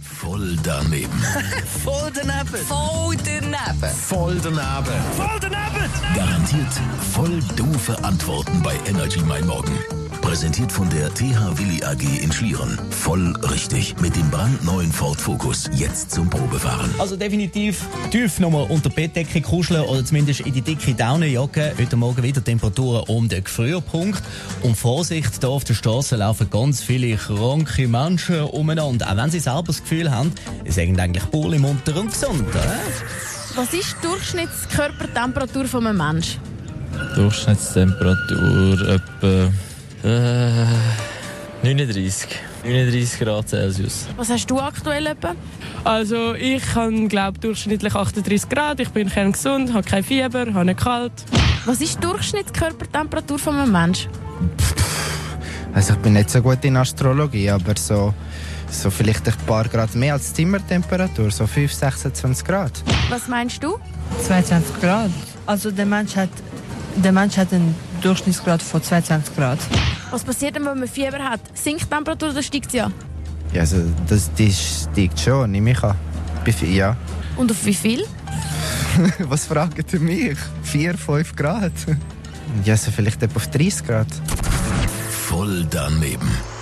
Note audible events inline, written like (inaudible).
Voll daneben. Voll daneben. Voll daneben. Voll daneben. Voll daneben. Garantiert voll doofe Antworten bei Energy Mein Morgen. Präsentiert von der TH Willi AG in Schlieren. Voll richtig. Mit dem brandneuen Ford Focus. Jetzt zum Probefahren. Also definitiv tief nochmal unter die Bettdecke kuscheln oder zumindest in die dicke Daunenjacke. Heute Morgen wieder Temperaturen um den Gefrierpunkt. Und Vorsicht, da auf der Straße laufen ganz viele kranke Menschen umeinander. Auch wenn sie selber das Gefühl haben, sie sind eigentlich wohl munter und gesund. Äh? Was ist die Durchschnittskörpertemperatur von einem Menschen? Durchschnittstemperatur etwa äh, 39. 39 Grad Celsius. Was hast du aktuell etwa? Also ich habe, glaube durchschnittlich 38 Grad. Ich bin kerngesund, habe kein Fieber, habe nicht kalt. Was ist die Durchschnittskörpertemperatur von einem Menschen? Also ich bin nicht so gut in Astrologie, aber so, so vielleicht ein paar Grad mehr als die Zimmertemperatur, so 5, 26 Grad. Was meinst du? 22 Grad. Also der Mensch hat, der Mensch hat einen Durchschnittsgrad von 22 Grad. Was passiert denn, wenn man Fieber hat? Sinkt die Temperatur oder steigt sie an? Ja, also das, das steigt schon, nehme ich an. Bei vi- Ja. Und auf wie viel? (laughs) Was fragt ihr mich? 4, 5 Grad? Ja, so vielleicht etwa auf 30 Grad. Voll daneben.